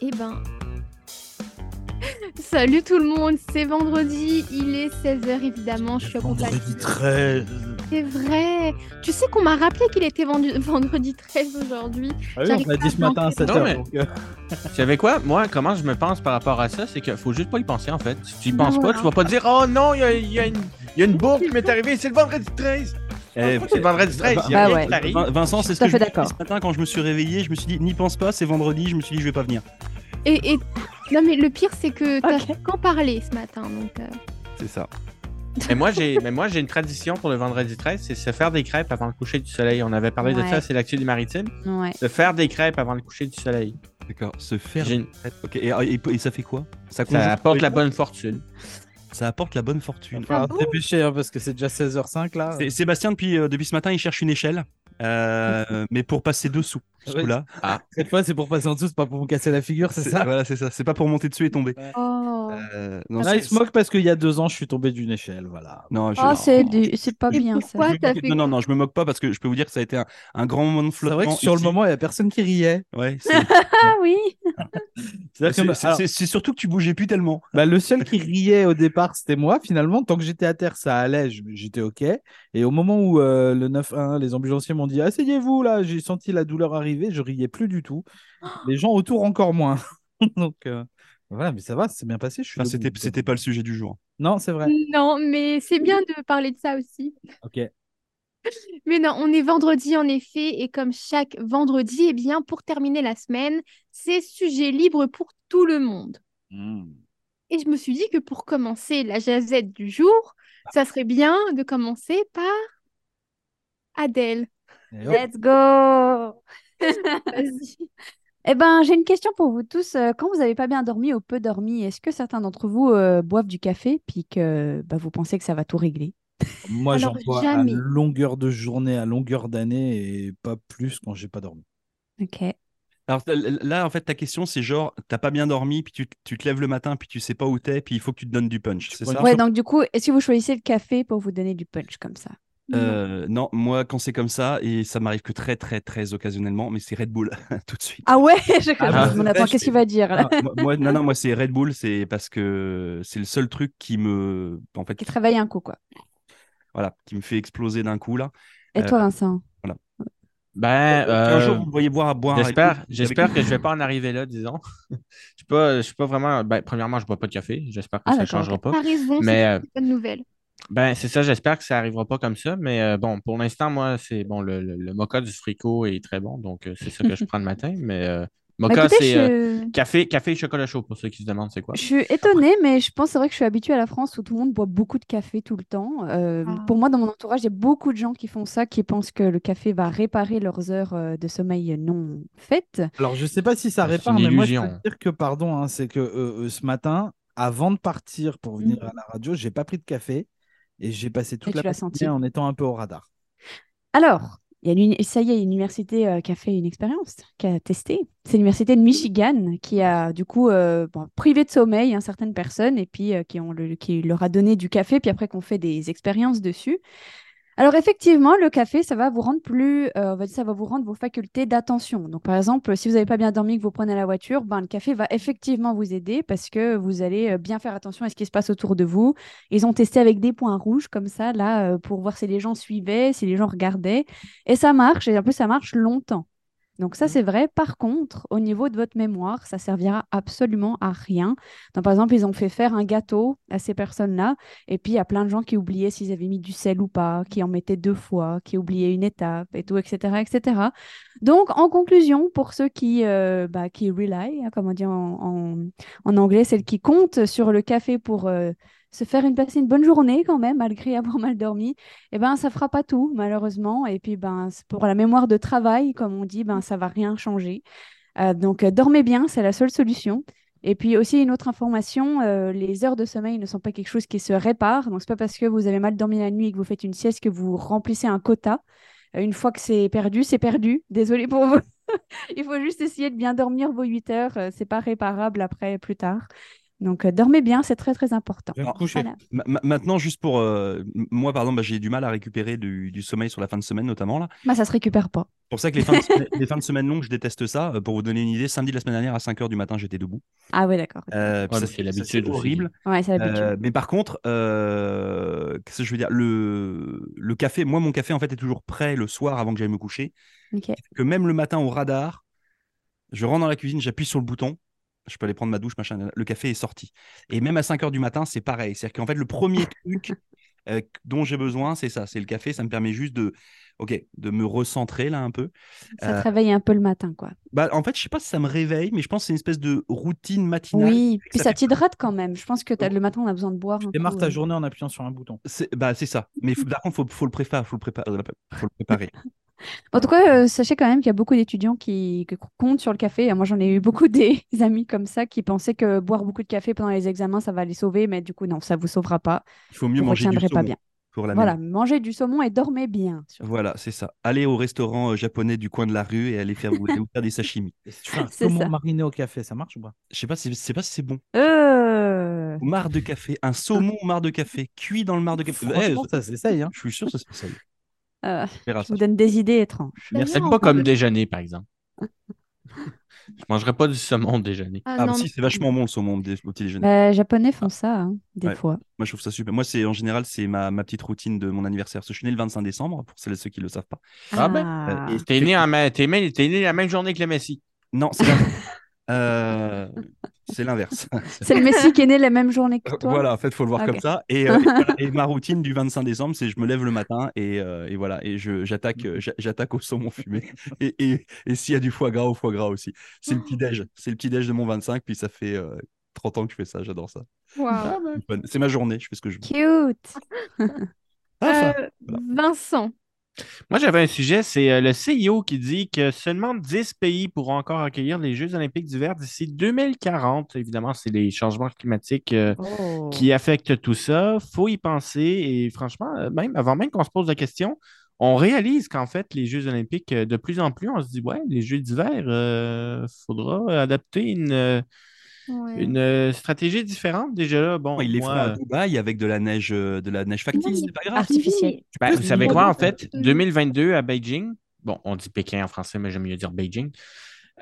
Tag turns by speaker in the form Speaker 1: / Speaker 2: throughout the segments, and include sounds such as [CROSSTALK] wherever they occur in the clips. Speaker 1: Eh ben. Salut tout le monde, c'est vendredi, il est 16h évidemment, je suis accompagnée.
Speaker 2: Vendredi 13.
Speaker 3: Ah
Speaker 1: C'est vrai. Tu sais qu'on m'a rappelé qu'il était vendu- [LAUGHS] vendredi 13 aujourd'hui.
Speaker 3: Ah oui,
Speaker 1: J'arrive
Speaker 3: on m'a
Speaker 1: pas
Speaker 3: dit ce matin à
Speaker 1: manquer.
Speaker 3: 7h.
Speaker 4: Non, mais-
Speaker 3: donc, euh,
Speaker 4: Tu savais quoi? Moi, comment je me pense par rapport à ça, c'est qu'il faut juste pas y penser, en fait. Si tu y
Speaker 1: Ben
Speaker 4: penses pas,
Speaker 1: voilà.
Speaker 4: tu vas pas dire « Oh non, il y a, il y a une, il y a une bourre qui m'est arrivée, c'est le vendredi 13! »
Speaker 2: Eh,
Speaker 4: Eh, c'est le vendredi 13, il y a
Speaker 5: Bah
Speaker 4: rien
Speaker 5: ouais.
Speaker 4: qui t'arrive.
Speaker 2: Vin- Vincent, c'est ce
Speaker 5: Tout à
Speaker 2: que je
Speaker 5: fait
Speaker 2: me suis dit
Speaker 5: d'accord.
Speaker 2: ce matin quand je me suis réveillé. Je me suis dit, n'y pense pas, c'est vendredi. Je me suis dit, je vais pas venir.
Speaker 1: Et, et- Non mais le pire c'est que t'as
Speaker 5: Ok.
Speaker 1: qu'en parler ce matin. Donc, euh,
Speaker 2: C'est ça. bah,
Speaker 4: Mais moi, j'ai, mais moi, j'ai une tradition pour le vendredi 13, c'est se faire des crêpes avant le coucher du soleil. On avait parlé de
Speaker 5: Ouais.
Speaker 4: ça, c'est l'actu des maritimes.
Speaker 5: Ouais.
Speaker 4: Se faire des crêpes avant le coucher du soleil.
Speaker 2: D'accord. Se faire.
Speaker 4: J'ai une-
Speaker 2: Ok. Et, et- et ça fait quoi ça, conjugue-
Speaker 4: Ça apporte la bonne fortune.
Speaker 2: Ça apporte la bonne fortune.
Speaker 1: Ah
Speaker 3: faut
Speaker 1: bon
Speaker 3: se dépêcher hein, parce que c'est déjà 16h05 là.
Speaker 2: C'est- Sébastien, depuis, euh, depuis ce matin, il cherche une échelle, euh, mais pour passer [LAUGHS] dessous. ce
Speaker 3: Oui.
Speaker 2: coup-là.
Speaker 3: Cette fois, c'est pour passer en dessous, c'est pas pour me casser la figure, c'est ça
Speaker 2: Voilà, c'est ça. C'est pas pour monter dessus et tomber.
Speaker 1: Oh,
Speaker 2: Euh, non,
Speaker 3: Là,
Speaker 2: c'est-
Speaker 3: Ah, il se moque parce qu'il y a deux ans, je suis tombé d'une échelle. Voilà.
Speaker 2: Non, je-
Speaker 5: Oh, c'est du... c'est pas
Speaker 1: Et
Speaker 5: bien
Speaker 1: pourquoi
Speaker 5: ça.
Speaker 2: Je me
Speaker 1: t'as
Speaker 2: moque-
Speaker 1: fait
Speaker 2: Non, non, non, je me moque pas parce que je peux vous dire que ça a été un, un grand moment de
Speaker 3: C'est
Speaker 2: flottement.
Speaker 3: vrai que sur le
Speaker 2: ici.
Speaker 3: moment, il y a personne qui riait.
Speaker 2: Ouais, c'est-
Speaker 5: Ah oui.
Speaker 3: C'est-à-dire que-
Speaker 2: c'est c'est-
Speaker 3: alors,
Speaker 2: c'est- c'est surtout que tu bougeais plus tellement.
Speaker 3: bah, le seul qui riait au départ, c'était moi. Finalement, tant que j'étais à terre, ça allait, je- j'étais OK. Et au moment où euh, le 9-1, les ambulanciers m'ont dit Asseyez-vous là, j'ai senti la douleur arriver, je riais plus
Speaker 2: [GASPS]
Speaker 3: du tout. Les gens autour encore moins. [LAUGHS] Donc euh, voilà, mais ça va, c'est bien passé. Je suis
Speaker 2: Enfin,
Speaker 3: debout.
Speaker 2: c'était c'était pas le sujet du jour.
Speaker 3: Non, c'est vrai.
Speaker 1: Non, mais c'est bien de parler de ça aussi.
Speaker 3: OK.
Speaker 1: Mais non, on est vendredi en effet, et comme chaque vendredi, eh bien, pour terminer la semaine, c'est sujet libre pour tout le monde. Et je me suis dit que pour commencer la jazette du jour, ça serait bien de commencer par Adèle.
Speaker 3: Et hop.
Speaker 5: Let's go.
Speaker 1: Vas-y.
Speaker 5: Eh ben, j'ai une question pour vous tous. Euh, Quand vous n'avez pas bien dormi ou peu dormi, est-ce que certains d'entre vous euh, boivent du café puis que bah, vous pensez que ça va tout régler?
Speaker 3: Moi, j'en
Speaker 1: Alors,
Speaker 3: bois
Speaker 1: jamais.
Speaker 3: à longueur de journée, à longueur d'année, et pas plus quand j'ai pas dormi.
Speaker 5: Ok.
Speaker 2: Alors l- l- là, en fait, ta question, c'est genre, t'as pas bien dormi, puis tu, t- tu te lèves le matin, puis tu sais pas où t'es, puis il faut que tu te donnes du punch, c'est
Speaker 3: prends
Speaker 2: ça
Speaker 3: une
Speaker 5: Ouais, donc du coup, est-ce que vous choisissez le café pour vous donner du punch comme ça?
Speaker 2: Euh, Non, moi, quand c'est comme ça, et ça m'arrive que très, très, très occasionnellement, mais c'est Red Bull, [LAUGHS] tout de suite.
Speaker 5: Ah ouais, [LAUGHS] je
Speaker 3: Ah
Speaker 2: bah,
Speaker 5: je m'en
Speaker 3: c'est
Speaker 5: attends,
Speaker 3: vrai,
Speaker 5: qu'est-ce qu'il va dire là?
Speaker 2: moi, moi- non, non, moi, c'est Red Bull, c'est parce que c'est le seul truc qui me, en fait,
Speaker 5: Qui travaille un coup, quoi.
Speaker 2: voilà, qui me fait exploser d'un coup, là.
Speaker 5: Et
Speaker 2: Euh,
Speaker 5: toi, Vincent?
Speaker 4: Ben,
Speaker 2: Un jour,
Speaker 4: euh,
Speaker 2: vous me voyez boire à boire. un Red Bull,
Speaker 4: J'espère,
Speaker 2: avec-
Speaker 4: j'espère que je vais pas en arriver là, disons. [LAUGHS] je suis pas, je suis pas vraiment. Ben, premièrement, je bois pas de café. J'espère que
Speaker 5: Ah,
Speaker 4: ça ne
Speaker 5: d'accord,
Speaker 4: changera pas.
Speaker 1: T'as raison, c'est
Speaker 4: Mais euh,
Speaker 1: une bonne nouvelle.
Speaker 4: ben, c'est ça. J'espère que ça arrivera pas comme ça. Mais euh, bon, pour l'instant, moi, c'est bon. Le, le, le mocha du fricot est très bon, donc euh, c'est ça que je
Speaker 5: [LAUGHS]
Speaker 4: prends le matin. Mais euh,
Speaker 5: Bah,
Speaker 4: mocha,
Speaker 5: écoutez,
Speaker 4: c'est
Speaker 5: je...
Speaker 4: euh, café, café et chocolat chaud pour ceux qui se demandent c'est quoi.
Speaker 5: Je suis étonnée, mais je pense c'est vrai que je suis habituée à la France où tout le monde boit beaucoup de café tout le temps. Euh,
Speaker 1: Ah.
Speaker 5: Pour moi, dans mon entourage, il y a beaucoup de gens qui font ça, qui pensent que le café va réparer leurs heures euh, de sommeil non faites.
Speaker 3: Alors, je sais pas si ça
Speaker 4: Ah, C'est
Speaker 3: répare,
Speaker 4: une
Speaker 3: mais moi, je peux
Speaker 4: illusion.
Speaker 3: te dire que, pardon, hein, c'est que euh, euh, ce matin, avant de partir pour venir à la radio, j'ai pas pris de café et j'ai passé toute
Speaker 5: Mmh. tu
Speaker 3: la
Speaker 5: l'as
Speaker 3: matinée
Speaker 5: senti.
Speaker 3: en étant un peu au radar.
Speaker 5: Alors, il y a une uni- ça y est, une université euh, qui a fait une expérience, qui a testé. C'est l'université de Michigan qui a du coup euh, bon, privé de sommeil hein, certaines personnes et puis euh, qui, ont le- qui leur a donné du café, puis après qu'on fait des expériences dessus. Alors effectivement, le café, ça va vous rendre plus, euh, on va dire, ça va vous rendre vos facultés d'attention. Donc par exemple, si vous n'avez pas bien dormi, que vous prenez la voiture, ben, le café va effectivement vous aider parce que vous allez euh, bien faire attention à ce qui se passe autour de vous. Ils ont testé avec des points rouges comme ça, là, euh, pour voir si les gens suivaient, si les gens regardaient. Et ça marche, et en plus ça marche longtemps. Donc ça, c'est vrai. Par contre, au niveau de votre mémoire, ça servira absolument à rien. Donc, par exemple, ils ont fait faire un gâteau à ces personnes-là. Et puis, il y a plein de gens qui oubliaient s'ils avaient mis du sel ou pas, qui en mettaient deux fois, qui oubliaient une étape et tout, etc., etc. Donc, en conclusion, pour ceux qui, euh, bah, qui rely, hein, comme on dit en, en- en anglais, celles qui comptent sur le café pour euh, se faire une, passer une bonne journée quand même, malgré avoir mal dormi, eh ben, ça fera pas tout, malheureusement. Et puis, ben, c'est pour la mémoire de travail, comme on dit, ben, ça va rien changer. Euh, donc, euh, dormez bien, c'est la seule solution. Et puis aussi une autre information, euh, les heures de sommeil ne sont pas quelque chose qui se répare. Donc c'est pas parce que vous avez mal dormi la nuit et que vous faites une sieste que vous remplissez un quota. Euh, Une fois que c'est perdu, c'est perdu. [LAUGHS] Désolé pour vous. Il faut juste essayer de bien dormir vos 8 heures. Euh, C'est pas réparable après, plus tard. Donc, euh, dormez bien, c'est très, très important.
Speaker 3: Je vais me
Speaker 2: Alors,
Speaker 3: coucher.
Speaker 5: Voilà.
Speaker 2: Ma- ma- Maintenant, juste pour euh, m- moi, par exemple, bah, j'ai du mal à récupérer du, du sommeil sur la fin de semaine, notamment là.
Speaker 5: Bah, ça se récupère pas.
Speaker 2: C'est Pour ça que les fins, de semaine- les fins de semaine longues, je déteste ça. Euh, Pour vous donner une idée, samedi de la semaine dernière à 5 h du matin, j'étais debout.
Speaker 5: Ah ouais, d'accord.
Speaker 2: Euh, puis ça,
Speaker 4: Ouais, mais c'est
Speaker 2: ça,
Speaker 4: l'habitude
Speaker 2: c'est
Speaker 4: aussi.
Speaker 2: horrible.
Speaker 5: Ouais, c'est l'habitude.
Speaker 2: Euh, mais par contre, euh, qu'est-ce que je veux dire le, le café, moi, mon café, en fait, est toujours prêt le soir avant que j'aille me coucher.
Speaker 5: Ok.
Speaker 2: Que même le matin au radar, je rentre dans la cuisine, j'appuie sur le bouton, je peux aller prendre ma douche, machin, le café est sorti. Et même à 5 heures du matin, c'est pareil. C'est-à-dire qu'en fait, le premier truc euh, dont j'ai besoin, c'est ça, c'est le café. Ça me permet juste de, ok, de me recentrer là un peu.
Speaker 5: Ça
Speaker 2: euh,
Speaker 5: te réveille un peu le matin, quoi.
Speaker 2: Bah, en fait, je sais pas si ça me réveille, mais je pense que c'est une espèce de routine matinale.
Speaker 5: Oui, puis
Speaker 2: ça Oh.
Speaker 5: ça
Speaker 2: fait-
Speaker 5: t'hydrate quand même. Je pense que t'as- le matin, on a besoin de boire. un
Speaker 3: Tu démarres
Speaker 5: coup,
Speaker 3: ta
Speaker 5: euh.
Speaker 3: journée en appuyant sur un bouton.
Speaker 2: C'est bah, c'est ça. Mais faut- par contre, faut, faut le préparer, faut le préparer, euh, faut le préparer.
Speaker 5: En tout cas, euh, sachez quand même qu'il y a beaucoup d'étudiants qui, qui comptent sur le café. Moi, j'en ai eu beaucoup [LAUGHS] des amis comme ça qui pensaient que boire beaucoup de café pendant les examens, ça va les sauver, mais du coup, non, ça vous sauvera pas.
Speaker 2: Il faut mieux
Speaker 5: Vous
Speaker 2: manger du
Speaker 5: retiendrez
Speaker 2: saumon
Speaker 5: pas bien.
Speaker 2: pour la
Speaker 5: Voilà,
Speaker 2: mémoire.
Speaker 5: mangez du saumon et dormez bien. surtout.
Speaker 2: Voilà, c'est ça. Aller au restaurant euh, japonais du coin de la rue et aller faire,
Speaker 5: [LAUGHS]
Speaker 2: vous allez vous faire des sashimi.
Speaker 3: Et si tu fais un
Speaker 5: C'est
Speaker 3: saumon
Speaker 5: ça.
Speaker 3: mariné au café, ça marche ou pas
Speaker 2: Je sais pas, si- je sais pas si c'est bon.
Speaker 5: Euh,
Speaker 2: Au Marc de café, un saumon au marc de café, cuit dans le marc de café.
Speaker 3: Franchement,
Speaker 2: Eh,
Speaker 3: ça s'essaye. Hein.
Speaker 2: je suis sûr que ça se passe.
Speaker 5: euh,
Speaker 2: On verra
Speaker 5: je
Speaker 2: ça.
Speaker 5: vous donne des idées étranges.
Speaker 1: D'ailleurs,
Speaker 4: C'est
Speaker 1: on
Speaker 4: pas comme
Speaker 1: parle-
Speaker 4: déjeuner, par
Speaker 5: [LAUGHS]
Speaker 4: exemple. Je mangerai pas du saumon au déjeuner.
Speaker 1: Ah,
Speaker 2: Ah,
Speaker 1: non,
Speaker 2: bah si, c'est vachement bon le saumon au dé- au petit déjeuner.
Speaker 5: Bah, les Japonais font ça, hein, des
Speaker 2: Ah. Ouais.
Speaker 5: fois.
Speaker 2: Moi, je trouve ça super. Moi, c'est en général, c'est ma, ma petite routine de mon anniversaire. Parce que je suis né le 25 décembre, pour celles et ceux qui le savent pas.
Speaker 4: Ah ben,
Speaker 5: Ah.
Speaker 2: Euh, et-
Speaker 4: T'es né, en ma- t'es né- t'es né la même journée que le Messi.
Speaker 2: Non, c'est l'inverse. Euh, c'est l'inverse. [LAUGHS]
Speaker 5: C'est le Messie qui est né la même journée que toi.
Speaker 2: Euh, Voilà, en fait, faut le voir
Speaker 5: Ok.
Speaker 2: comme ça. Et, euh, et
Speaker 5: [LAUGHS]
Speaker 2: voilà. Et ma routine du 25 décembre, c'est je me lève le matin et, euh, et voilà, et je- j'attaque,
Speaker 5: Mm.
Speaker 2: euh, j'a- j'attaque au saumon fumé. [LAUGHS] Et, et- et s'il y a du foie gras, au foie gras aussi. C'est le petit déj, c'est le petit déj de mon 25. Puis ça fait euh, 30 ans que je fais ça. J'adore ça.
Speaker 1: Waouh.
Speaker 2: C'est fun. C'est ma journée. Je fais ce que je veux.
Speaker 5: Cute.
Speaker 2: Ah,
Speaker 1: Euh, Vincent,
Speaker 4: Moi, j'avais un sujet, c'est euh, le CIO qui dit que seulement 10 pays pourront encore accueillir les Jeux olympiques d'hiver d'ici 2040. Évidemment, c'est les changements climatiques euh,
Speaker 2: Oh.
Speaker 4: qui affectent tout ça. faut y penser. Et franchement, euh, même avant même qu'on se pose la question, on réalise qu'en fait, les Jeux olympiques, euh, de plus en plus, on se dit, ouais, les Jeux d'hiver, euh, faudra adapter une, euh,
Speaker 1: Ouais.
Speaker 4: une euh, stratégie différente. Déjà là, bon,
Speaker 2: il les
Speaker 4: moi,
Speaker 2: fera à
Speaker 4: euh,
Speaker 2: Dubaï avec de la neige, euh, de la neige factice.
Speaker 1: mais-
Speaker 2: C'est pas
Speaker 5: Ah.
Speaker 2: grave.
Speaker 5: Artificiel.
Speaker 4: Ben,
Speaker 2: Oui,
Speaker 4: vous savez
Speaker 2: oui.
Speaker 4: quoi, en fait,
Speaker 1: Mm.
Speaker 4: 2022 à Beijing, bon, on dit Pékin en français, mais j'aime mieux dire Beijing,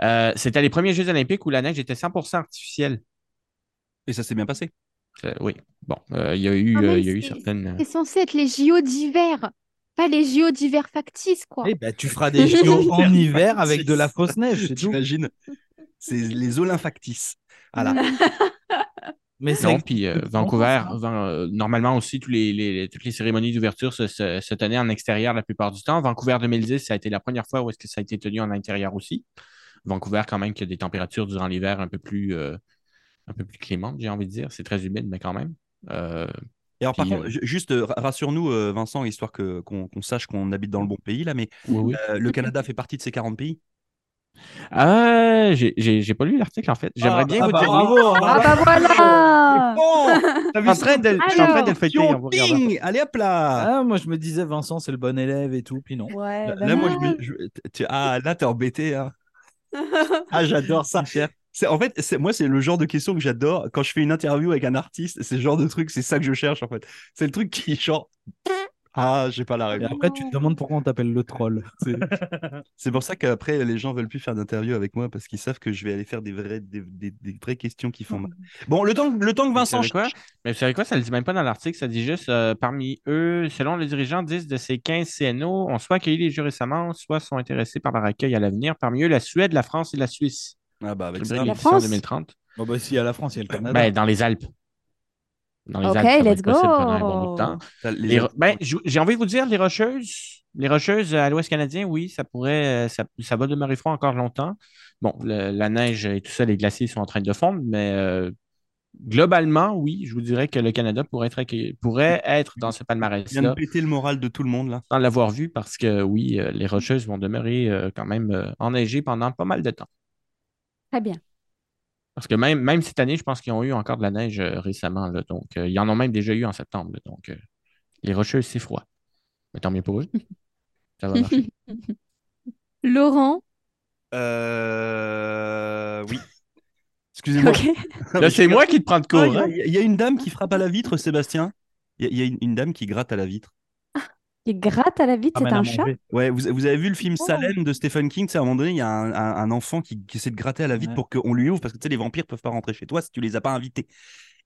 Speaker 4: euh, c'était les premiers Jeux olympiques où la neige était 100% artificielle.
Speaker 2: Et ça s'est bien passé.
Speaker 4: Euh, oui, bon, euh, il y a eu,
Speaker 1: Ah, mais
Speaker 4: euh, il y a eu
Speaker 1: c'est-
Speaker 4: certaines...
Speaker 1: c'est censé être les JO d'hiver, pas les JO d'hiver factices, quoi.
Speaker 3: Eh ben, tu feras des
Speaker 5: [LAUGHS]
Speaker 3: JO en hiver avec de la fausse
Speaker 4: Ah,
Speaker 3: neige,
Speaker 4: [LAUGHS]
Speaker 3: c'est tout.
Speaker 2: J'imagine. C'est les olymphactices. Voilà.
Speaker 3: Mais
Speaker 4: Non,
Speaker 3: c'est
Speaker 4: puis euh,
Speaker 3: c'est bon,
Speaker 4: Vancouver,
Speaker 3: ça.
Speaker 4: van- euh, normalement aussi, tous les, les- les- toutes les cérémonies d'ouverture se, se- se tenaient en extérieur la plupart du temps. Vancouver 2010, ça a été la première fois où est-ce que ça a été tenu en intérieur aussi. Vancouver, quand même, qui a des températures durant l'hiver un peu plus, euh, un peu plus clémentes, j'ai envie de dire. C'est très humide, mais quand même. Euh,
Speaker 2: Et alors, par
Speaker 4: Puis,
Speaker 2: contre,
Speaker 4: euh,
Speaker 2: ju- juste euh, ra- rassure-nous, euh, Vincent, histoire que- qu'on qu'on sache qu'on habite dans le bon pays, là, mais euh, le Canada fait partie de ces 40 pays.
Speaker 4: Ah, j'ai- j'ai j'ai pas lu l'article en fait. J'aimerais bien
Speaker 3: Ah
Speaker 4: vous
Speaker 3: bah,
Speaker 4: dire.
Speaker 3: bravo,
Speaker 5: Ah
Speaker 3: bravo.
Speaker 5: bah voilà
Speaker 2: Bon,
Speaker 4: Je suis en train de, je suis en train de le fêter. hein, en vous regardant.
Speaker 2: Allez hop là
Speaker 3: Ah, moi je me disais Vincent c'est le bon élève et tout, puis non.
Speaker 5: Ouais,
Speaker 2: Là,
Speaker 5: bah
Speaker 2: là, moi,
Speaker 5: non.
Speaker 2: je me- je- t- tu- ah, là, t'es embêté.
Speaker 5: [LAUGHS]
Speaker 2: hein. Ah, j'adore ça. C'est- En fait, c'est- moi, c'est le genre de question que j'adore. Quand je fais une interview avec un artiste, c'est le genre de truc, c'est ça que je cherche, en fait. C'est le truc qui, genre, ah, j'ai pas la
Speaker 3: Et
Speaker 2: réponse.
Speaker 3: après tu te demandes pourquoi on t'appelle le troll.
Speaker 5: [LAUGHS]
Speaker 2: C'est pour ça qu'après, les gens veulent plus faire d'interview avec moi parce qu'ils savent que je vais aller faire des vraies, des, des- des vraies questions qui
Speaker 5: Mm.
Speaker 2: font mal. Bon, le temps, le temps que Vincent.
Speaker 4: savez quoi? Mais vous savez quoi? Ça le dit même pas dans l'article. Ça dit juste euh, parmi eux, selon les dirigeants, 10 de ces 15 CNO ont soit accueilli les jeux récemment, soit sont intéressés par leur accueil à l'avenir. Parmi eux, la Suède, la France et la Suisse.
Speaker 2: Ah, bah, avec
Speaker 4: Faudrait
Speaker 2: ça. Ah,
Speaker 4: une
Speaker 5: La
Speaker 4: édition en
Speaker 5: France?
Speaker 4: 2030.
Speaker 3: Bon bah si à la France, il y a le Canada.
Speaker 4: Ben, dans les Alpes. Dans les
Speaker 5: Ok,
Speaker 4: Alpes, ça va
Speaker 5: let's
Speaker 4: être possible pendant un
Speaker 5: go.
Speaker 4: bon bout de temps.
Speaker 2: Ça, les-
Speaker 4: Les Ro-
Speaker 5: bah,
Speaker 4: ben, je- j'ai envie de vous dire, les Rocheuses, les Rocheuses à l'Ouest canadien, oui, ça pourrait, euh, ça, ça va demeurer froid encore longtemps. Bon, le- la neige et tout ça, les glaciers sont en train de fondre, mais euh, globalement, oui, je vous dirais que le Canada pourrait être, accueilli- pourrait être dans ce
Speaker 2: Je viens de
Speaker 4: palmarès-là,
Speaker 2: péter le moral de tout le monde, là.
Speaker 4: sans l'avoir vu, parce que oui, euh, les Rocheuses vont demeurer euh, quand même euh, enneigées pendant pas mal de temps.
Speaker 5: Très bien.
Speaker 4: Parce que même, même cette année, je pense qu'ils ont eu encore de la neige euh, récemment, là, donc euh, ils en ont même déjà eu en septembre, là, donc euh, les Rocheuses, c'est froid. Mais tant mieux
Speaker 3: [LAUGHS]
Speaker 4: pour eux. Ça va marcher.
Speaker 1: Laurent,
Speaker 2: Euh, Oui.
Speaker 5: [LAUGHS]
Speaker 2: Excusez-moi.
Speaker 5: Ok.
Speaker 2: Mais
Speaker 4: Là,
Speaker 2: je
Speaker 4: c'est moi qui te prends de
Speaker 2: Ah,
Speaker 4: cours.
Speaker 2: Il y a-
Speaker 4: hein.
Speaker 2: il y, a une dame qui frappe à la vitre, Sébastien. Il y a- il y, a une, une dame qui gratte à la vitre.
Speaker 5: Il gratte à la
Speaker 3: Ah,
Speaker 5: vitre, c'est
Speaker 4: Ramène à
Speaker 5: un
Speaker 4: manger.
Speaker 5: chat.
Speaker 2: Ouais, vous, vous avez vu le film
Speaker 5: Oh.
Speaker 2: Salem de Stephen King tu sais, À un moment donné, il y a un, un- un enfant qui, qui essaie de gratter à la vitre
Speaker 3: Ouais.
Speaker 2: pour qu'on lui ouvre parce que tu sais, les vampires peuvent pas rentrer chez toi si tu les as pas invités.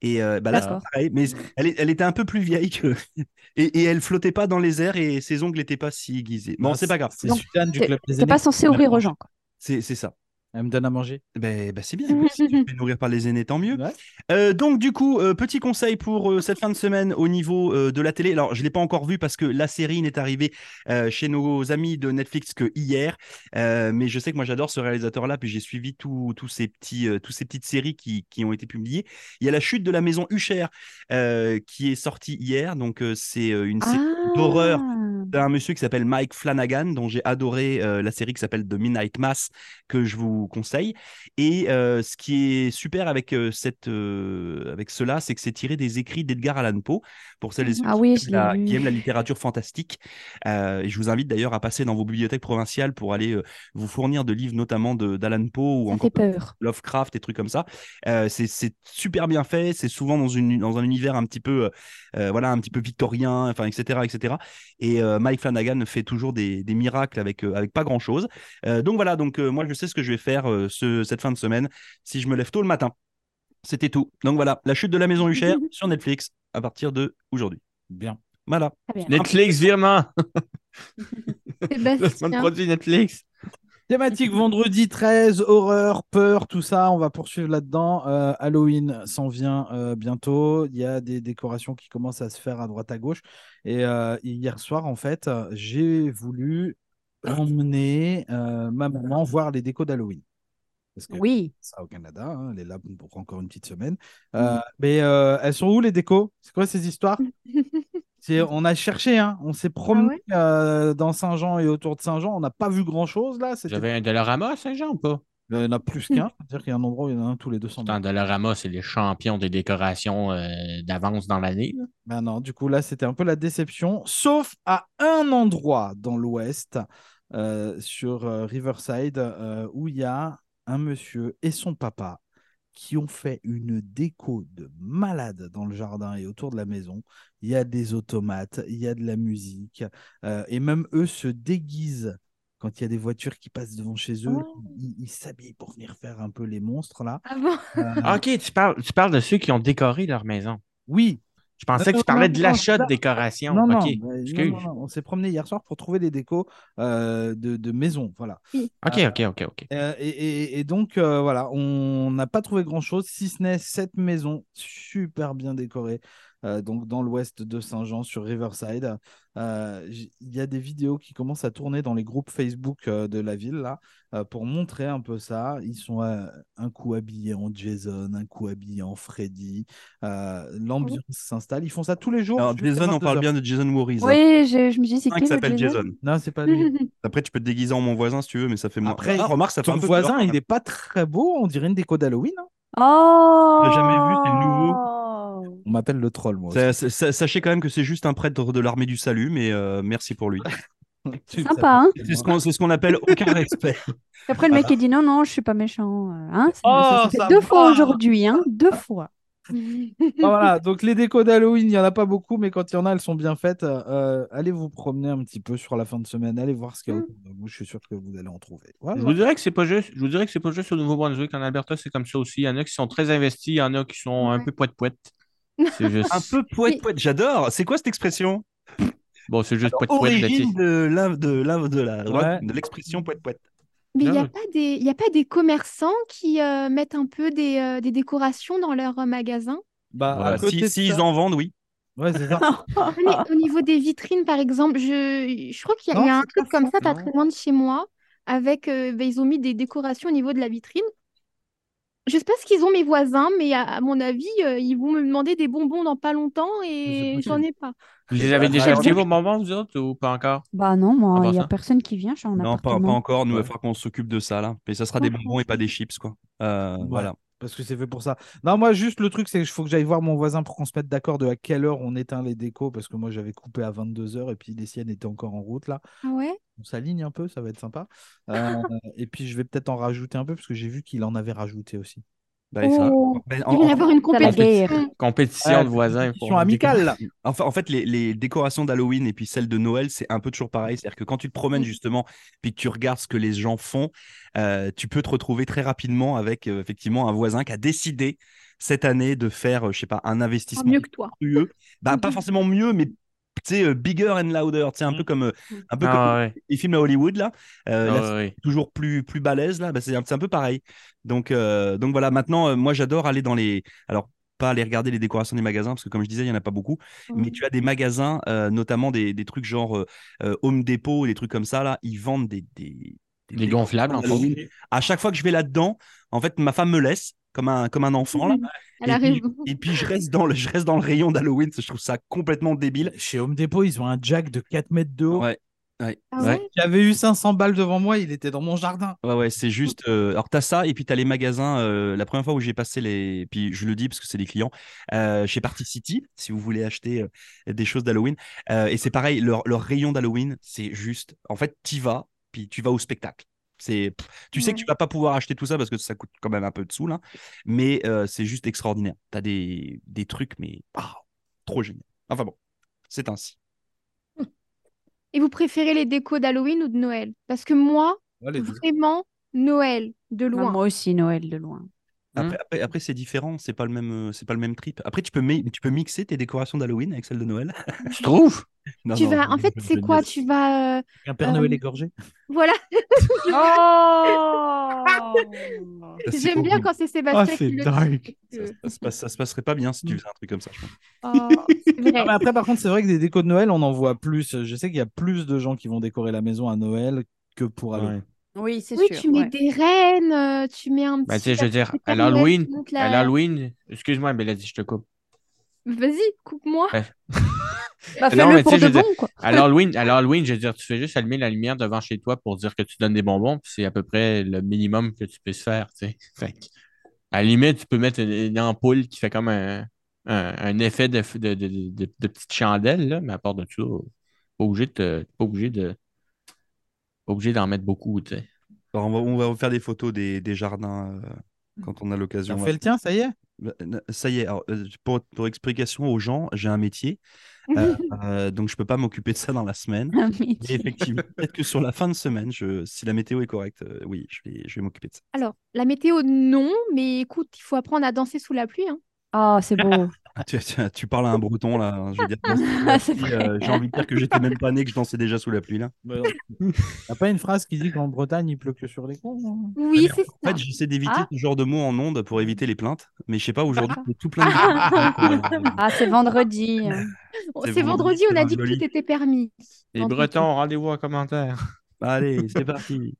Speaker 2: Et euh, bah là,
Speaker 5: D'accord.
Speaker 2: c'est pareil, mais elle, est- elle était un peu plus vieille que. [LAUGHS] Et, et elle flottait pas dans les airs et ses ongles n'étaient pas si aiguisés. Bon,
Speaker 3: Ah,
Speaker 2: c'est pas grave,
Speaker 3: C'est
Speaker 5: Donc,
Speaker 3: Suzanne du Club des
Speaker 5: T'es
Speaker 3: aînés.
Speaker 5: pas censé
Speaker 3: Elle
Speaker 5: ouvrir
Speaker 3: mange.
Speaker 5: aux gens. quoi.
Speaker 2: c'est c'est ça.
Speaker 3: Elle me donne à manger.
Speaker 2: Ben, ben, c'est bien, écoute, si tu te fais nourrir par les aînés, tant mieux.
Speaker 3: Ouais.
Speaker 2: Euh, donc du coup, euh, petit conseil pour euh, cette fin de semaine au niveau euh, de la télé. Alors je l'ai pas encore vu parce que la série n'est arrivée euh, chez nos amis de Netflix que hier, Euh, mais je sais que moi j'adore ce réalisateur-là, puis j'ai suivi tous tous ces petits, euh, tous ces petites séries qui, qui ont été publiées. Il y a la chute de la maison Huchère euh, qui est sortie hier, donc euh, c'est euh,
Speaker 1: Ah,
Speaker 2: une série d'horreur.
Speaker 5: Ah.
Speaker 2: d'un monsieur qui s'appelle Mike Flanagan, dont j'ai adoré euh, la série qui s'appelle The Midnight Mass, que je vous conseille. Et euh, ce qui est super avec, euh, cette, euh, avec cela, c'est que c'est tiré des écrits d'Edgar Allan Poe, pour celles et ceux
Speaker 5: Ah oui,
Speaker 2: qui
Speaker 5: je
Speaker 2: la-
Speaker 5: l'ai
Speaker 2: qui aiment
Speaker 5: vu.
Speaker 2: la littérature fantastique. Euh, et je vous invite d'ailleurs à passer dans vos bibliothèques provinciales pour aller euh, vous fournir de livres, notamment de- d'Allan Poe ou
Speaker 5: Ça
Speaker 2: encore
Speaker 5: fait peur.
Speaker 2: Lovecraft et trucs comme ça. Euh, c'est- c'est super bien fait. C'est souvent dans, une, dans un univers un petit peu, euh, voilà, un petit peu victorien, enfin, etc., etc. Et euh, Mike Flanagan fait toujours des, des miracles avec, euh, avec pas grand chose. donc voilà. Donc euh, moi, je sais ce que je vais faire euh, ce- cette fin de semaine si je me lève tôt le matin. C'était tout. Donc voilà, la chute de la maison
Speaker 3: [LAUGHS]
Speaker 2: Huchère sur Netflix à partir de aujourd'hui.
Speaker 3: Bien.
Speaker 2: Voilà.
Speaker 5: Très bien.
Speaker 4: Netflix, [LAUGHS] virement.
Speaker 1: Sébastien.
Speaker 2: [LAUGHS]
Speaker 4: Placement de produit Netflix.
Speaker 3: Thématique vendredi 13, horreur, peur, tout ça, on va poursuivre là-dedans. Euh, Halloween s'en vient euh, bientôt, il y a des décorations qui commencent à se faire à droite à gauche. Et euh, hier soir, en fait, euh, j'ai voulu emmener euh, ma maman voir les décos d'Halloween. Parce que
Speaker 5: Oui.
Speaker 3: ça au Canada, hein, elle est là pour encore une petite semaine. Euh, Mais euh, elles sont où les décos C'est quoi ces histoires C'est- On a cherché, hein. on s'est promené euh, dans Saint-Jean et autour de Saint-Jean, on n'a pas vu grand-chose là. C'était
Speaker 4: J'avais un Dollarama à Saint-Jean ou pas?
Speaker 3: il y en a plus qu'un. C'est-à-dire qu'il y a un endroit où il y en a un tous les 200
Speaker 4: Dans
Speaker 3: mètres.
Speaker 4: Dollarama, c'est les champions des décorations euh, d'avance dans l'année. là.
Speaker 3: Ben non, du coup, là, c'était un peu la déception. Sauf à un endroit dans l'ouest, euh, sur euh, Riverside, euh, où il y a un monsieur et son papa qui ont fait une déco de malade dans le jardin et autour de la maison. Il y a des automates, il y a de la musique, euh, et même eux se déguisent quand il y a des voitures qui passent devant chez eux.
Speaker 5: Oh.
Speaker 3: Ils ils s'habillent pour venir faire un peu les monstres, là.
Speaker 1: Ah bon
Speaker 3: Euh,
Speaker 4: Ah, Ok, tu parles, tu parles de ceux qui ont décoré leur maison.
Speaker 3: oui,
Speaker 4: Je pensais
Speaker 3: Non,
Speaker 4: que tu parlais
Speaker 3: non,
Speaker 4: de
Speaker 3: non,
Speaker 4: l'achat de
Speaker 3: non.
Speaker 4: décoration.
Speaker 3: Non, non,
Speaker 4: ok,
Speaker 3: mais non,
Speaker 4: excuse.
Speaker 3: non, non, on s'est promené hier soir pour trouver les décos euh, de, de maison. Voilà.
Speaker 4: ok, ok, ok, ok.
Speaker 3: Euh, et, et- et donc, euh, voilà, on n'a pas trouvé grand-chose, si ce n'est cette maison super bien décorée, euh, donc dans l'ouest de Saint-Jean, sur Riverside. Euh, j- Il y a des vidéos qui commencent à tourner dans les groupes Facebook euh, de la ville, là, euh, pour montrer un peu ça. Ils sont euh, un coup habillés en Jason, un coup habillés en Freddy. Euh, L'ambiance s'installe. Ils font ça tous les jours.
Speaker 2: Alors
Speaker 3: jusqu'à
Speaker 2: Jason, on
Speaker 3: 22
Speaker 2: parle
Speaker 3: heures.
Speaker 2: bien de Jason Voorhees. hein.
Speaker 5: Oui, je, je me dis, c'est
Speaker 2: Un
Speaker 5: quel
Speaker 2: qui
Speaker 5: le
Speaker 2: s'appelle
Speaker 5: Jason
Speaker 2: Jason.
Speaker 3: Non,
Speaker 1: [LAUGHS]
Speaker 3: c'est pas lui.
Speaker 2: Après, tu peux te déguiser en mon voisin si tu veux, mais ça fait moins.
Speaker 3: Après,
Speaker 2: ah, remarque, ça fait
Speaker 3: Ton
Speaker 2: un peu
Speaker 3: voisin,
Speaker 2: peur.
Speaker 3: il n'est pas très beau, on dirait une déco d'Halloween. hein.
Speaker 5: Oh
Speaker 2: l'ai jamais vu, c'est
Speaker 5: nouveau.
Speaker 3: On m'appelle le troll, moi.
Speaker 2: Ça- ça- ça- sachez quand même que c'est juste un prêtre de l'armée du salut, mais euh, merci pour lui.
Speaker 3: aussi. [LAUGHS] Tu le
Speaker 5: Sympa, hein
Speaker 2: [LAUGHS] C'est ce qu'on c'est ce qu'on [LAUGHS] appelle aucun respect.
Speaker 5: Après, le mec, il dit non, non, je suis pas méchant. euh, Hein, ça,
Speaker 3: Oh,
Speaker 5: ça s'est fait
Speaker 3: ça
Speaker 5: deux
Speaker 3: va.
Speaker 5: fois aujourd'hui, hein, deux fois.
Speaker 1: [LAUGHS]
Speaker 3: savais. Ah, voilà, donc les décos d'Halloween, il n'y en a pas beaucoup, mais quand il y en a, elles sont bien faites. Euh, allez vous promener un petit peu sur la fin de semaine, allez voir ce qu'il y a
Speaker 5: Mm.
Speaker 3: autour de vous, je suis sûr que vous allez en trouver.
Speaker 4: Je
Speaker 3: Voilà.
Speaker 4: vous dirais que c'est pas juste. Je vous dirais que c'est pas juste au Nouveau-Brunswick. En Alberta, c'est comme ça aussi. Il y en a qui sont très investis, il y en a qui sont un
Speaker 1: Ouais.
Speaker 4: peu poète-poète. C'est juste.
Speaker 2: Un peu poète
Speaker 1: Oui.
Speaker 2: poète. J'adore. C'est quoi cette expression
Speaker 4: Bon, c'est juste poète-poète, là, tu sais.
Speaker 2: Origine de l'in- de l'in- de la
Speaker 3: Ouais.
Speaker 2: de l'expression poète poète.
Speaker 1: Mais il n'y
Speaker 4: Non,
Speaker 1: a
Speaker 4: mais-
Speaker 1: pas des, y a pas des commerçants qui euh, mettent un peu des, euh, des décorations dans leurs euh, magasins?
Speaker 3: Bah, à
Speaker 4: Voilà,
Speaker 3: côté de
Speaker 2: Si s'ils
Speaker 3: ça-
Speaker 2: en vendent, oui.
Speaker 3: Ouais,
Speaker 2: [LAUGHS]
Speaker 3: c'est ça.
Speaker 1: Non, Ah, mais au niveau des vitrines, par exemple, je, je crois qu'il y a, il y a
Speaker 3: Non,
Speaker 1: un
Speaker 3: c'est
Speaker 1: truc
Speaker 3: pas
Speaker 1: comme ça, pas
Speaker 3: non.
Speaker 1: très loin de chez moi, avec, euh, ben, ils ont mis des décorations au niveau de la vitrine. Je sais pas ce qu'ils ont mes voisins, mais à, à mon avis, euh, ils vont me demander des bonbons dans pas longtemps et
Speaker 3: possible.
Speaker 1: j'en ai pas.
Speaker 4: Vous les avez déjà
Speaker 2: Alors-
Speaker 4: achetés vos moments, vous autres, ou pas encore?
Speaker 5: Bah non, moi,
Speaker 4: Ah,
Speaker 5: il
Speaker 4: bah,
Speaker 5: n'y a
Speaker 4: ça.
Speaker 5: personne qui vient, je suis en
Speaker 2: Non, pas, pas
Speaker 5: appartement.
Speaker 2: encore. Nous, il va
Speaker 3: Ouais.
Speaker 2: falloir qu'on s'occupe de ça là. Mais ça sera des bonbons et pas des chips quoi. Euh,
Speaker 3: Ouais.
Speaker 2: Voilà.
Speaker 3: Parce que c'est fait pour ça. Non, moi, juste le truc, c'est qu'il faut que j'aille voir mon voisin pour qu'on se mette d'accord de à quelle heure on éteint les décos, parce que moi, j'avais coupé à 22h et puis les siennes étaient encore en route, là.
Speaker 1: Ah ouais?
Speaker 3: on s'aligne un [LAUGHS] peu, ça va être sympa. Euh, et puis je vais peut-être en rajouter un peu parce que j'ai vu qu'il en avait rajouté aussi.
Speaker 2: Bah, c'est un-
Speaker 1: Oh,
Speaker 2: ben, en-
Speaker 1: Il va y
Speaker 2: en-
Speaker 1: avoir une
Speaker 5: Ça va guère.
Speaker 1: compétition.
Speaker 4: Compétition
Speaker 2: Euh,
Speaker 3: Ouais,
Speaker 4: de voisins. pour
Speaker 3: Compétition amicale.
Speaker 2: En fait, en fait, les, les décorations d'Halloween et puis celles de Noël, c'est un peu toujours pareil. C'est-à-dire que quand tu te promènes
Speaker 1: Mmh.
Speaker 2: justement, puis que tu regardes ce que les gens font, euh, tu peux te retrouver très rapidement avec euh, effectivement un voisin qui a décidé cette année de faire, euh, je sais pas, un
Speaker 1: Ah,
Speaker 2: investissement
Speaker 1: mieux que toi. Mmh.
Speaker 2: monstrueux.
Speaker 1: [LAUGHS]
Speaker 2: Bah, pas forcément mieux, mais tu sais, euh, bigger and louder. Tu sais, un peu comme, euh, un peu
Speaker 4: Ah, ouais.
Speaker 2: comme les films à Hollywood là. Euh, la
Speaker 4: Ah, ouais.
Speaker 2: toujours plus, plus balèze là, bah, c'est un, c'est un peu pareil. Donc, euh, donc voilà, maintenant, euh, moi j'adore aller dans les. Alors, pas aller regarder les décorations des magasins, parce que comme je disais, il n'y en a pas beaucoup. Mais tu as des magasins, euh, notamment des, des trucs genre euh, euh, Home Depot, des trucs comme ça, là, ils vendent des. des, des-
Speaker 4: Les
Speaker 2: des-
Speaker 4: gonflables, en fait.
Speaker 2: Halloween. À chaque fois que je vais là-dedans, en fait, ma femme me laisse comme un, comme un enfant. Là.
Speaker 1: Elle a
Speaker 2: et, puis,
Speaker 1: raison.
Speaker 2: et puis je reste dans le, je reste dans le rayon d'Halloween, je trouve ça complètement débile.
Speaker 3: Chez Home Depot, ils ont un jack de 4 mètres de haut.
Speaker 2: Ouais,
Speaker 1: Ah
Speaker 2: Ouais.
Speaker 1: ouais
Speaker 3: J'avais eu 500 balles devant moi, il était dans mon jardin.
Speaker 2: Ouais, ouais, c'est juste. euh, alors, t'as ça, et puis t'as les magasins. euh, la première fois où j'ai passé les. Puis je le dis parce que c'est des clients. euh, chez Party City, si vous voulez acheter euh, des choses d'Halloween. Euh, et c'est pareil, leur, leur rayon d'Halloween, c'est juste. En fait, t'y vas, puis tu vas au spectacle. C'est, pff, tu sais que
Speaker 1: Ouais.
Speaker 2: tu vas pas pouvoir acheter tout ça parce que ça coûte quand même un peu de sous, là. Mais euh, c'est juste extraordinaire. T'as des, des trucs, mais. ah, trop génial. Enfin bon, c'est ainsi.
Speaker 1: Et vous préférez les décos d'Halloween ou de Noël Parce que moi,
Speaker 3: Ah.
Speaker 1: vraiment, Noël, de
Speaker 5: Ah,
Speaker 1: loin.
Speaker 5: Moi aussi, Noël de loin.
Speaker 2: Après, après, après, c'est différent, c'est pas le même, euh, c'est pas le même trip. Après, tu peux, mi- tu peux mixer tes décorations d'Halloween avec celles de Noël.
Speaker 4: Tu trouves?
Speaker 2: [LAUGHS] Non,
Speaker 1: tu
Speaker 2: non,
Speaker 1: vas,
Speaker 2: je-
Speaker 1: en fait,
Speaker 2: je- je
Speaker 1: c'est quoi
Speaker 2: niaise.
Speaker 1: Tu vas, euh,
Speaker 3: Un Père
Speaker 1: Euh,
Speaker 3: Noël égorgé.
Speaker 1: voilà.
Speaker 5: [LAUGHS] Oh
Speaker 2: Ça, c'est
Speaker 1: J'aime bien
Speaker 2: horrible.
Speaker 1: quand c'est Sébastien
Speaker 3: Ah, c'est
Speaker 1: qui le dit,
Speaker 3: dingue.
Speaker 1: parce que-
Speaker 2: Ça se, passe- ça se passerait pas bien si tu
Speaker 1: Mmh.
Speaker 2: faisais un truc comme ça. je pense.
Speaker 1: Oh, c'est vrai.
Speaker 3: Ah,
Speaker 2: bah,
Speaker 3: mais après, par contre, c'est vrai que des décos de Noël, on en voit plus. Je sais qu'il y a plus de gens qui vont décorer la maison à Noël que pour Halloween.
Speaker 5: Oui, c'est
Speaker 1: Oui,
Speaker 5: sûr.
Speaker 1: tu mets
Speaker 5: ouais.
Speaker 1: des rennes, euh, tu mets un petit.
Speaker 4: Bah, tu sais, je veux dire,
Speaker 1: Le
Speaker 4: à
Speaker 1: Père Noël
Speaker 4: l'Halloween,
Speaker 1: qui monte la-
Speaker 4: à l'Halloween, excuse-moi, Mélodie, je te coupe.
Speaker 1: Vas-y, coupe-moi.
Speaker 5: Bah,
Speaker 4: Non, mais tu sais,
Speaker 5: fais-le pour
Speaker 4: je
Speaker 5: de
Speaker 4: veux dire-
Speaker 5: bon, quoi.
Speaker 4: À l'Halloween, à l'Halloween, je veux dire, tu fais juste allumer la lumière devant chez toi pour dire que tu donnes des bonbons, puis c'est à peu près le minimum que tu puisses faire, tu sais. Fait que, à la limite, tu peux mettre une, une ampoule qui fait comme un, un- un effet de, de, de, de- de petite chandelle, là, mais à part de ça, pas obligé de, te- pas obligé de, pas obligé d'en mettre beaucoup, tu sais.
Speaker 2: Alors, on, va, on va vous faire des photos des, des jardins
Speaker 1: Mmh.
Speaker 2: euh, quand on a
Speaker 3: Tu
Speaker 2: l'occasion.
Speaker 3: as fait le tien, ça y est
Speaker 2: Bah, euh, Ça y est, alors, euh, pour, pour explication aux gens, j'ai un métier, euh,
Speaker 1: [LAUGHS]
Speaker 2: euh, donc je peux pas m'occuper de ça dans la semaine.
Speaker 5: Un
Speaker 2: Mais
Speaker 5: métier.
Speaker 1: [LAUGHS]
Speaker 2: effectivement, peut-être que sur la fin de semaine, je, si la météo est correcte, euh, oui, je vais, je vais m'occuper de ça.
Speaker 1: Alors, la météo, non, mais écoute, il faut apprendre à danser sous la pluie. hein.
Speaker 5: [LAUGHS] Ah, c'est beau. Ah,
Speaker 2: Ah, Tu, tu- tu parles à un breton là, hein, je veux dire. moi,
Speaker 5: C'est
Speaker 2: si, euh,
Speaker 5: vrai.
Speaker 2: j'ai envie de dire que j'étais même pas né, que je dansais déjà sous la pluie là.
Speaker 3: Bah [LAUGHS] T'as pas une phrase qui dit qu'en Bretagne, il pleut que sur les cons hein
Speaker 1: Oui, c'est
Speaker 2: En
Speaker 1: ça.
Speaker 2: fait, j'essaie d'éviter
Speaker 5: Ah.
Speaker 2: ce genre de mots en ondes pour éviter les plaintes, mais je sais pas, aujourd'hui, c'est tout plein de.
Speaker 1: [LAUGHS]
Speaker 5: Ah, c'est vendredi. hein.
Speaker 2: c'est
Speaker 1: Oh, C'est
Speaker 2: bon,
Speaker 1: vendredi, on
Speaker 2: c'est
Speaker 1: a dit que
Speaker 2: joli.
Speaker 1: tout était permis.
Speaker 4: Les
Speaker 1: Vendredi.
Speaker 4: Bretons, rendez-vous en commentaire.
Speaker 2: Allez, c'est parti.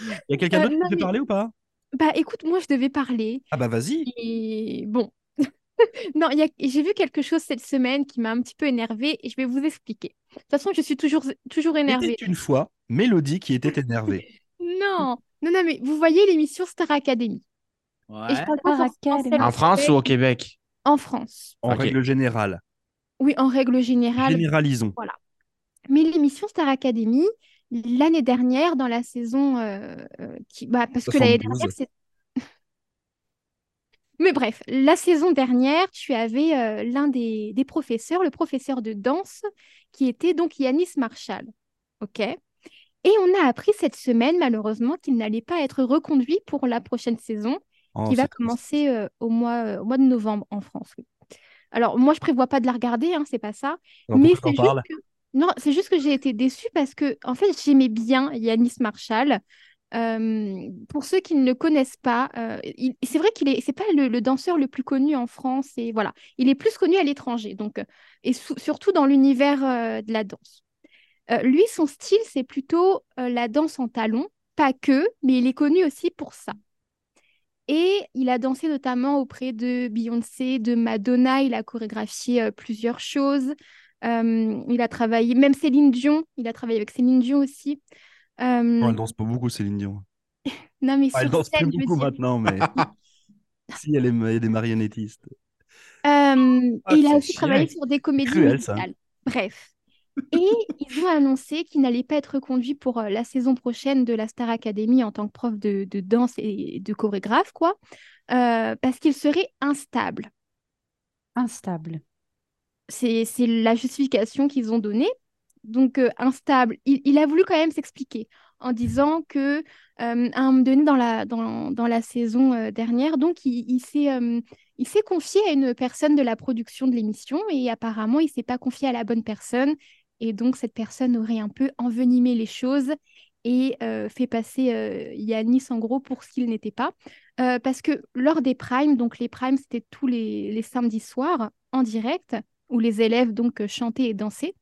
Speaker 2: Il y a quelqu'un
Speaker 1: Euh,
Speaker 2: d'autre
Speaker 1: non,
Speaker 2: qui veut
Speaker 1: mais-
Speaker 2: parler ou pas
Speaker 1: Bah écoute, moi je devais parler
Speaker 2: Ah bah vas-y.
Speaker 1: et bon. [LAUGHS] Non, il y a- j'ai vu quelque chose cette semaine qui m'a un petit peu énervée et je vais vous expliquer. De toute façon, je suis toujours, toujours énervée.
Speaker 2: C'était une fois Mélodie qui était énervée.
Speaker 1: Non, non, non, mais vous voyez l'émission Star Academy. Et je parle pas
Speaker 5: Star
Speaker 1: forcément
Speaker 5: Academy.
Speaker 1: celle
Speaker 4: En
Speaker 1: en
Speaker 4: France ou
Speaker 1: Québec,
Speaker 4: au Québec?
Speaker 1: en France.
Speaker 2: En
Speaker 4: Ok.
Speaker 2: règle générale.
Speaker 1: Oui, en règle générale.
Speaker 2: Généralisons.
Speaker 1: Mais l'émission Star Academy, l'année dernière, dans la saison euh, euh, qui... bah, parce que l'année
Speaker 2: 72.
Speaker 1: dernière, c'est... [LAUGHS] Mais bref, la saison dernière, tu avais euh, l'un des, des professeurs, le professeur de danse, qui était donc Yanis Marshall. OK? Et on a appris cette semaine, malheureusement, qu'il n'allait pas être reconduit pour la prochaine saison
Speaker 2: Oh,
Speaker 1: qui va
Speaker 2: c'est-
Speaker 1: commencer euh, au mois, euh, au mois de novembre en France. oui. Alors, moi, je prévois pas de la regarder, hein, c'est pas ça.
Speaker 2: Alors,
Speaker 1: mais
Speaker 2: pourquoi
Speaker 1: c'est
Speaker 2: t'en
Speaker 1: juste
Speaker 2: parles
Speaker 1: que... Non, c'est juste que j'ai été déçue parce que, en fait, j'aimais bien Yanis Marshall. Euh, pour ceux qui ne le connaissent pas, euh, il- c'est vrai qu'il est, c'est pas le, le danseur le plus connu en France et voilà, il est plus connu à l'étranger, donc euh, et sou- surtout dans l'univers euh, de la danse. Euh, lui, son style, c'est plutôt euh, la danse en talons, pas que, mais il est connu aussi pour ça. Et il a dansé notamment auprès de Beyoncé, de Madonna, il a chorégraphié euh, plusieurs choses. Euh, il a travaillé, même Céline Dion, il a travaillé avec Céline Dion aussi. Euh,
Speaker 2: Oh, Elle danse pas beaucoup, Céline Dion.
Speaker 1: non, mais
Speaker 2: Ah, elle
Speaker 1: sur
Speaker 2: danse plus
Speaker 1: scène, je veux
Speaker 2: beaucoup
Speaker 1: dire.
Speaker 2: maintenant,
Speaker 1: [LAUGHS]
Speaker 2: mais. si, elle est, elle est des marionnettistes.
Speaker 1: Euh,
Speaker 2: Ah,
Speaker 1: et il a
Speaker 2: c'est
Speaker 1: aussi
Speaker 2: chiant.
Speaker 1: travaillé sur des comédies
Speaker 2: Cruel, ça.
Speaker 1: musicales. Bref. Et ils ont annoncé qu'il n'allait pas être reconduit pour euh, la saison prochaine de la Star Academy en tant que prof de, de danse et de chorégraphe, quoi, euh, parce qu'il serait instable.
Speaker 5: Instable.
Speaker 1: C'est c'est la justification qu'ils ont donnée. Donc, euh, instable. Il, il a voulu quand même s'expliquer en disant que euh, à un moment donné dans la, dans, dans la saison euh, dernière, donc il, il s'est euh, il s'est confié à une personne de la production de l'émission et apparemment il s'est pas confié à la bonne personne et donc cette personne aurait un peu envenimé les choses et euh, fait passer euh, Yanis en gros pour ce qu'il n'était pas. Euh, parce que lors des primes, donc les primes c'était tous les, les samedis soirs en direct, où les élèves donc euh, chantaient et dansaient,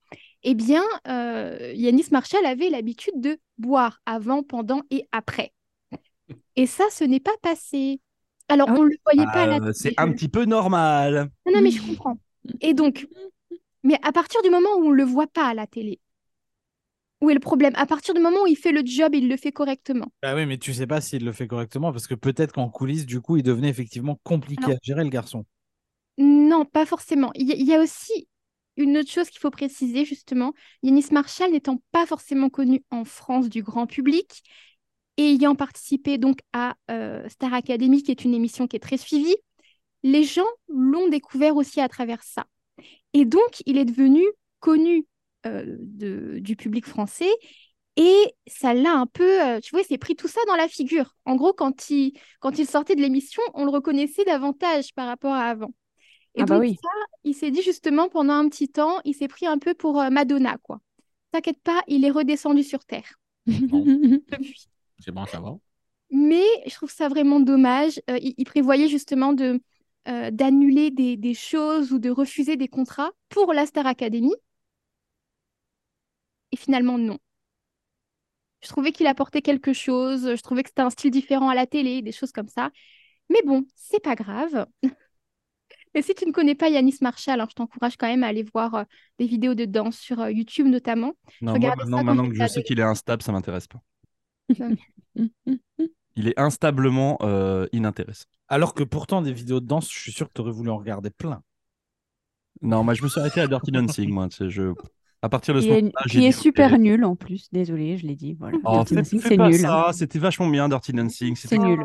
Speaker 1: eh bien euh, Yanis Marshall avait l'habitude de boire avant, pendant et après. Et ça, ce n'est pas passé. Alors
Speaker 5: Ah
Speaker 1: on ne le voyait pas à la
Speaker 2: Euh,
Speaker 1: télé.
Speaker 2: c'est un petit peu normal.
Speaker 1: Non, non, mais je comprends. Et donc, mais à partir du moment où on le voit pas à la télé, où est le problème À partir du moment où il fait le job, il le fait correctement.
Speaker 3: Bah oui, mais tu sais pas s'il le fait correctement, parce que peut-être qu'en coulisses, du coup, il devenait effectivement compliqué
Speaker 1: Alors-
Speaker 3: à gérer le garçon.
Speaker 1: Non, pas forcément. Il y, a- il y a aussi une autre chose qu'il faut préciser, justement. Yanis Marshall n'étant pas forcément connu en France du grand public, et ayant participé donc à euh, Star Academy, qui est une émission qui est très suivie, les gens l'ont découvert aussi à travers ça. Et donc, il est devenu connu euh, de- du public français. Et ça l'a un peu, euh, tu vois, il s'est pris tout ça dans la figure. En gros, quand il, quand il sortait de l'émission, on le reconnaissait davantage par rapport à avant. Et
Speaker 5: Ah bah
Speaker 1: donc,
Speaker 5: oui.
Speaker 1: ça, il s'est dit justement pendant un petit temps, il s'est pris un peu pour euh, Madonna, quoi. T'inquiète pas, il est redescendu sur Terre.
Speaker 5: [LAUGHS]
Speaker 1: Depuis.
Speaker 4: C'est bon, ça va.
Speaker 1: Mais je trouve ça vraiment dommage. Euh, il, il prévoyait justement de, euh, d'annuler des, des choses ou de refuser des contrats pour la Star Academy. Et finalement, non. Je trouvais qu'il apportait quelque chose. Je trouvais que c'était un style différent à la télé, des choses comme ça. Mais bon, c'est pas grave. [LAUGHS] Et si tu ne connais pas Yanis Marshall, hein, je t'encourage quand même à aller voir euh, des vidéos de danse sur euh, YouTube notamment.
Speaker 2: Non, moi,
Speaker 1: Regardez ça
Speaker 2: maintenant,
Speaker 1: quand
Speaker 2: maintenant
Speaker 1: je
Speaker 2: que je
Speaker 1: serai
Speaker 2: sais qu'il est instable, ça m'intéresse pas.
Speaker 5: Moi,
Speaker 2: Il est instablement euh, inintéressant.
Speaker 3: Alors que pourtant, des vidéos de danse, je suis sûr que tu aurais voulu en regarder plein.
Speaker 2: Non, moi, je me suis arrêté à Dirty Dancing, moi. tu sais, Je... À partir de ce
Speaker 5: Qui est,
Speaker 2: moment-là, j'ai
Speaker 5: qui est
Speaker 2: dit, ok.
Speaker 5: super nul en plus. Désolée, je l'ai dit. Voilà.
Speaker 2: Oh,
Speaker 5: Dirty
Speaker 2: fais-
Speaker 5: Dancing,
Speaker 2: fais
Speaker 5: c'est
Speaker 2: pas
Speaker 5: nul.
Speaker 2: ça, C'était vachement bien, Dirty Dancing. C'était
Speaker 5: C'est nul.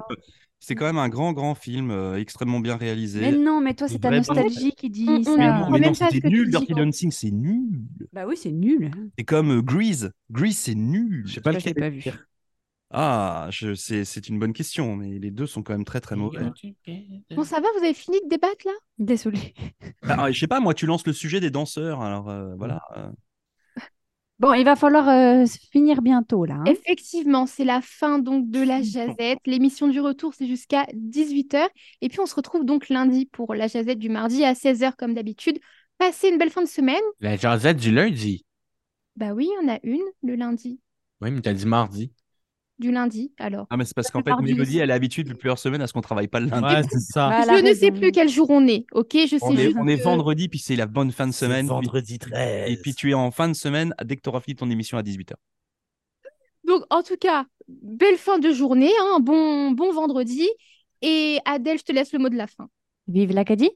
Speaker 2: C'est quand même un grand, grand film, euh, extrêmement bien réalisé.
Speaker 5: Mais non, mais toi,
Speaker 2: Il
Speaker 5: c'est ta
Speaker 2: devrait
Speaker 5: nostalgie qui dit
Speaker 1: Mm, mm,
Speaker 5: ça.
Speaker 2: Mais
Speaker 1: Ah.
Speaker 2: non,
Speaker 1: Je comprends
Speaker 2: mais non,
Speaker 1: même pas
Speaker 2: c'était
Speaker 1: ce que tu
Speaker 2: nul,
Speaker 1: dis,
Speaker 2: Dirty
Speaker 1: non.
Speaker 2: Dancing, c'est nul.
Speaker 5: Bah oui, c'est nul.
Speaker 2: C'est comme euh, Grease. Grease, c'est nul.
Speaker 3: Je sais pas
Speaker 5: Ça,
Speaker 3: lequel
Speaker 5: j'ai pas
Speaker 3: est
Speaker 5: vu.
Speaker 3: pire.
Speaker 2: Ah, je, c'est, c'est une bonne question, mais les deux sont quand même très, très mauvais.
Speaker 1: Bon,
Speaker 4: Mmh.
Speaker 1: ça va, vous avez fini de débattre là?
Speaker 5: Désolée.
Speaker 2: Ah, je sais pas, moi, tu lances le sujet des danseurs, alors euh, voilà. euh.
Speaker 5: Bon, il va falloir euh, finir bientôt là. hein.
Speaker 1: Effectivement, c'est la fin donc de
Speaker 2: [LAUGHS]
Speaker 1: la Jazette. L'émission du retour, c'est jusqu'à 18h. Et puis, on se retrouve donc lundi pour la Jazette du mardi à 16h comme d'habitude. Passez une belle fin de semaine.
Speaker 4: La jasette Ben, du lundi.
Speaker 1: Bah oui, il y en a une le lundi,
Speaker 4: Oui, mais t'as dit mardi.
Speaker 1: du lundi alors.
Speaker 2: Ah, mais c'est parce qu'en fait,
Speaker 5: plupart du-
Speaker 2: Mélodie, elle a l'habitude depuis plusieurs semaines à ce qu'on travaille pas le lundi.
Speaker 3: Ouais, c'est ça.
Speaker 5: Bah,
Speaker 1: je
Speaker 5: elle a
Speaker 1: ne sais
Speaker 5: raison.
Speaker 1: plus quel jour on est, ok? Je sais
Speaker 2: On est,
Speaker 1: juste
Speaker 2: on est
Speaker 1: que-
Speaker 2: vendredi, puis c'est la bonne fin de
Speaker 3: C'est
Speaker 2: semaine. puis-
Speaker 3: Vendredi 13.
Speaker 2: Et puis tu es en fin de semaine dès que tu auras fini ton émission à 18h.
Speaker 1: Donc, en tout cas, belle fin de journée, hein, bon, bon vendredi. Et Adèle, je te laisse le mot de la fin.
Speaker 5: Vive l'Acadie!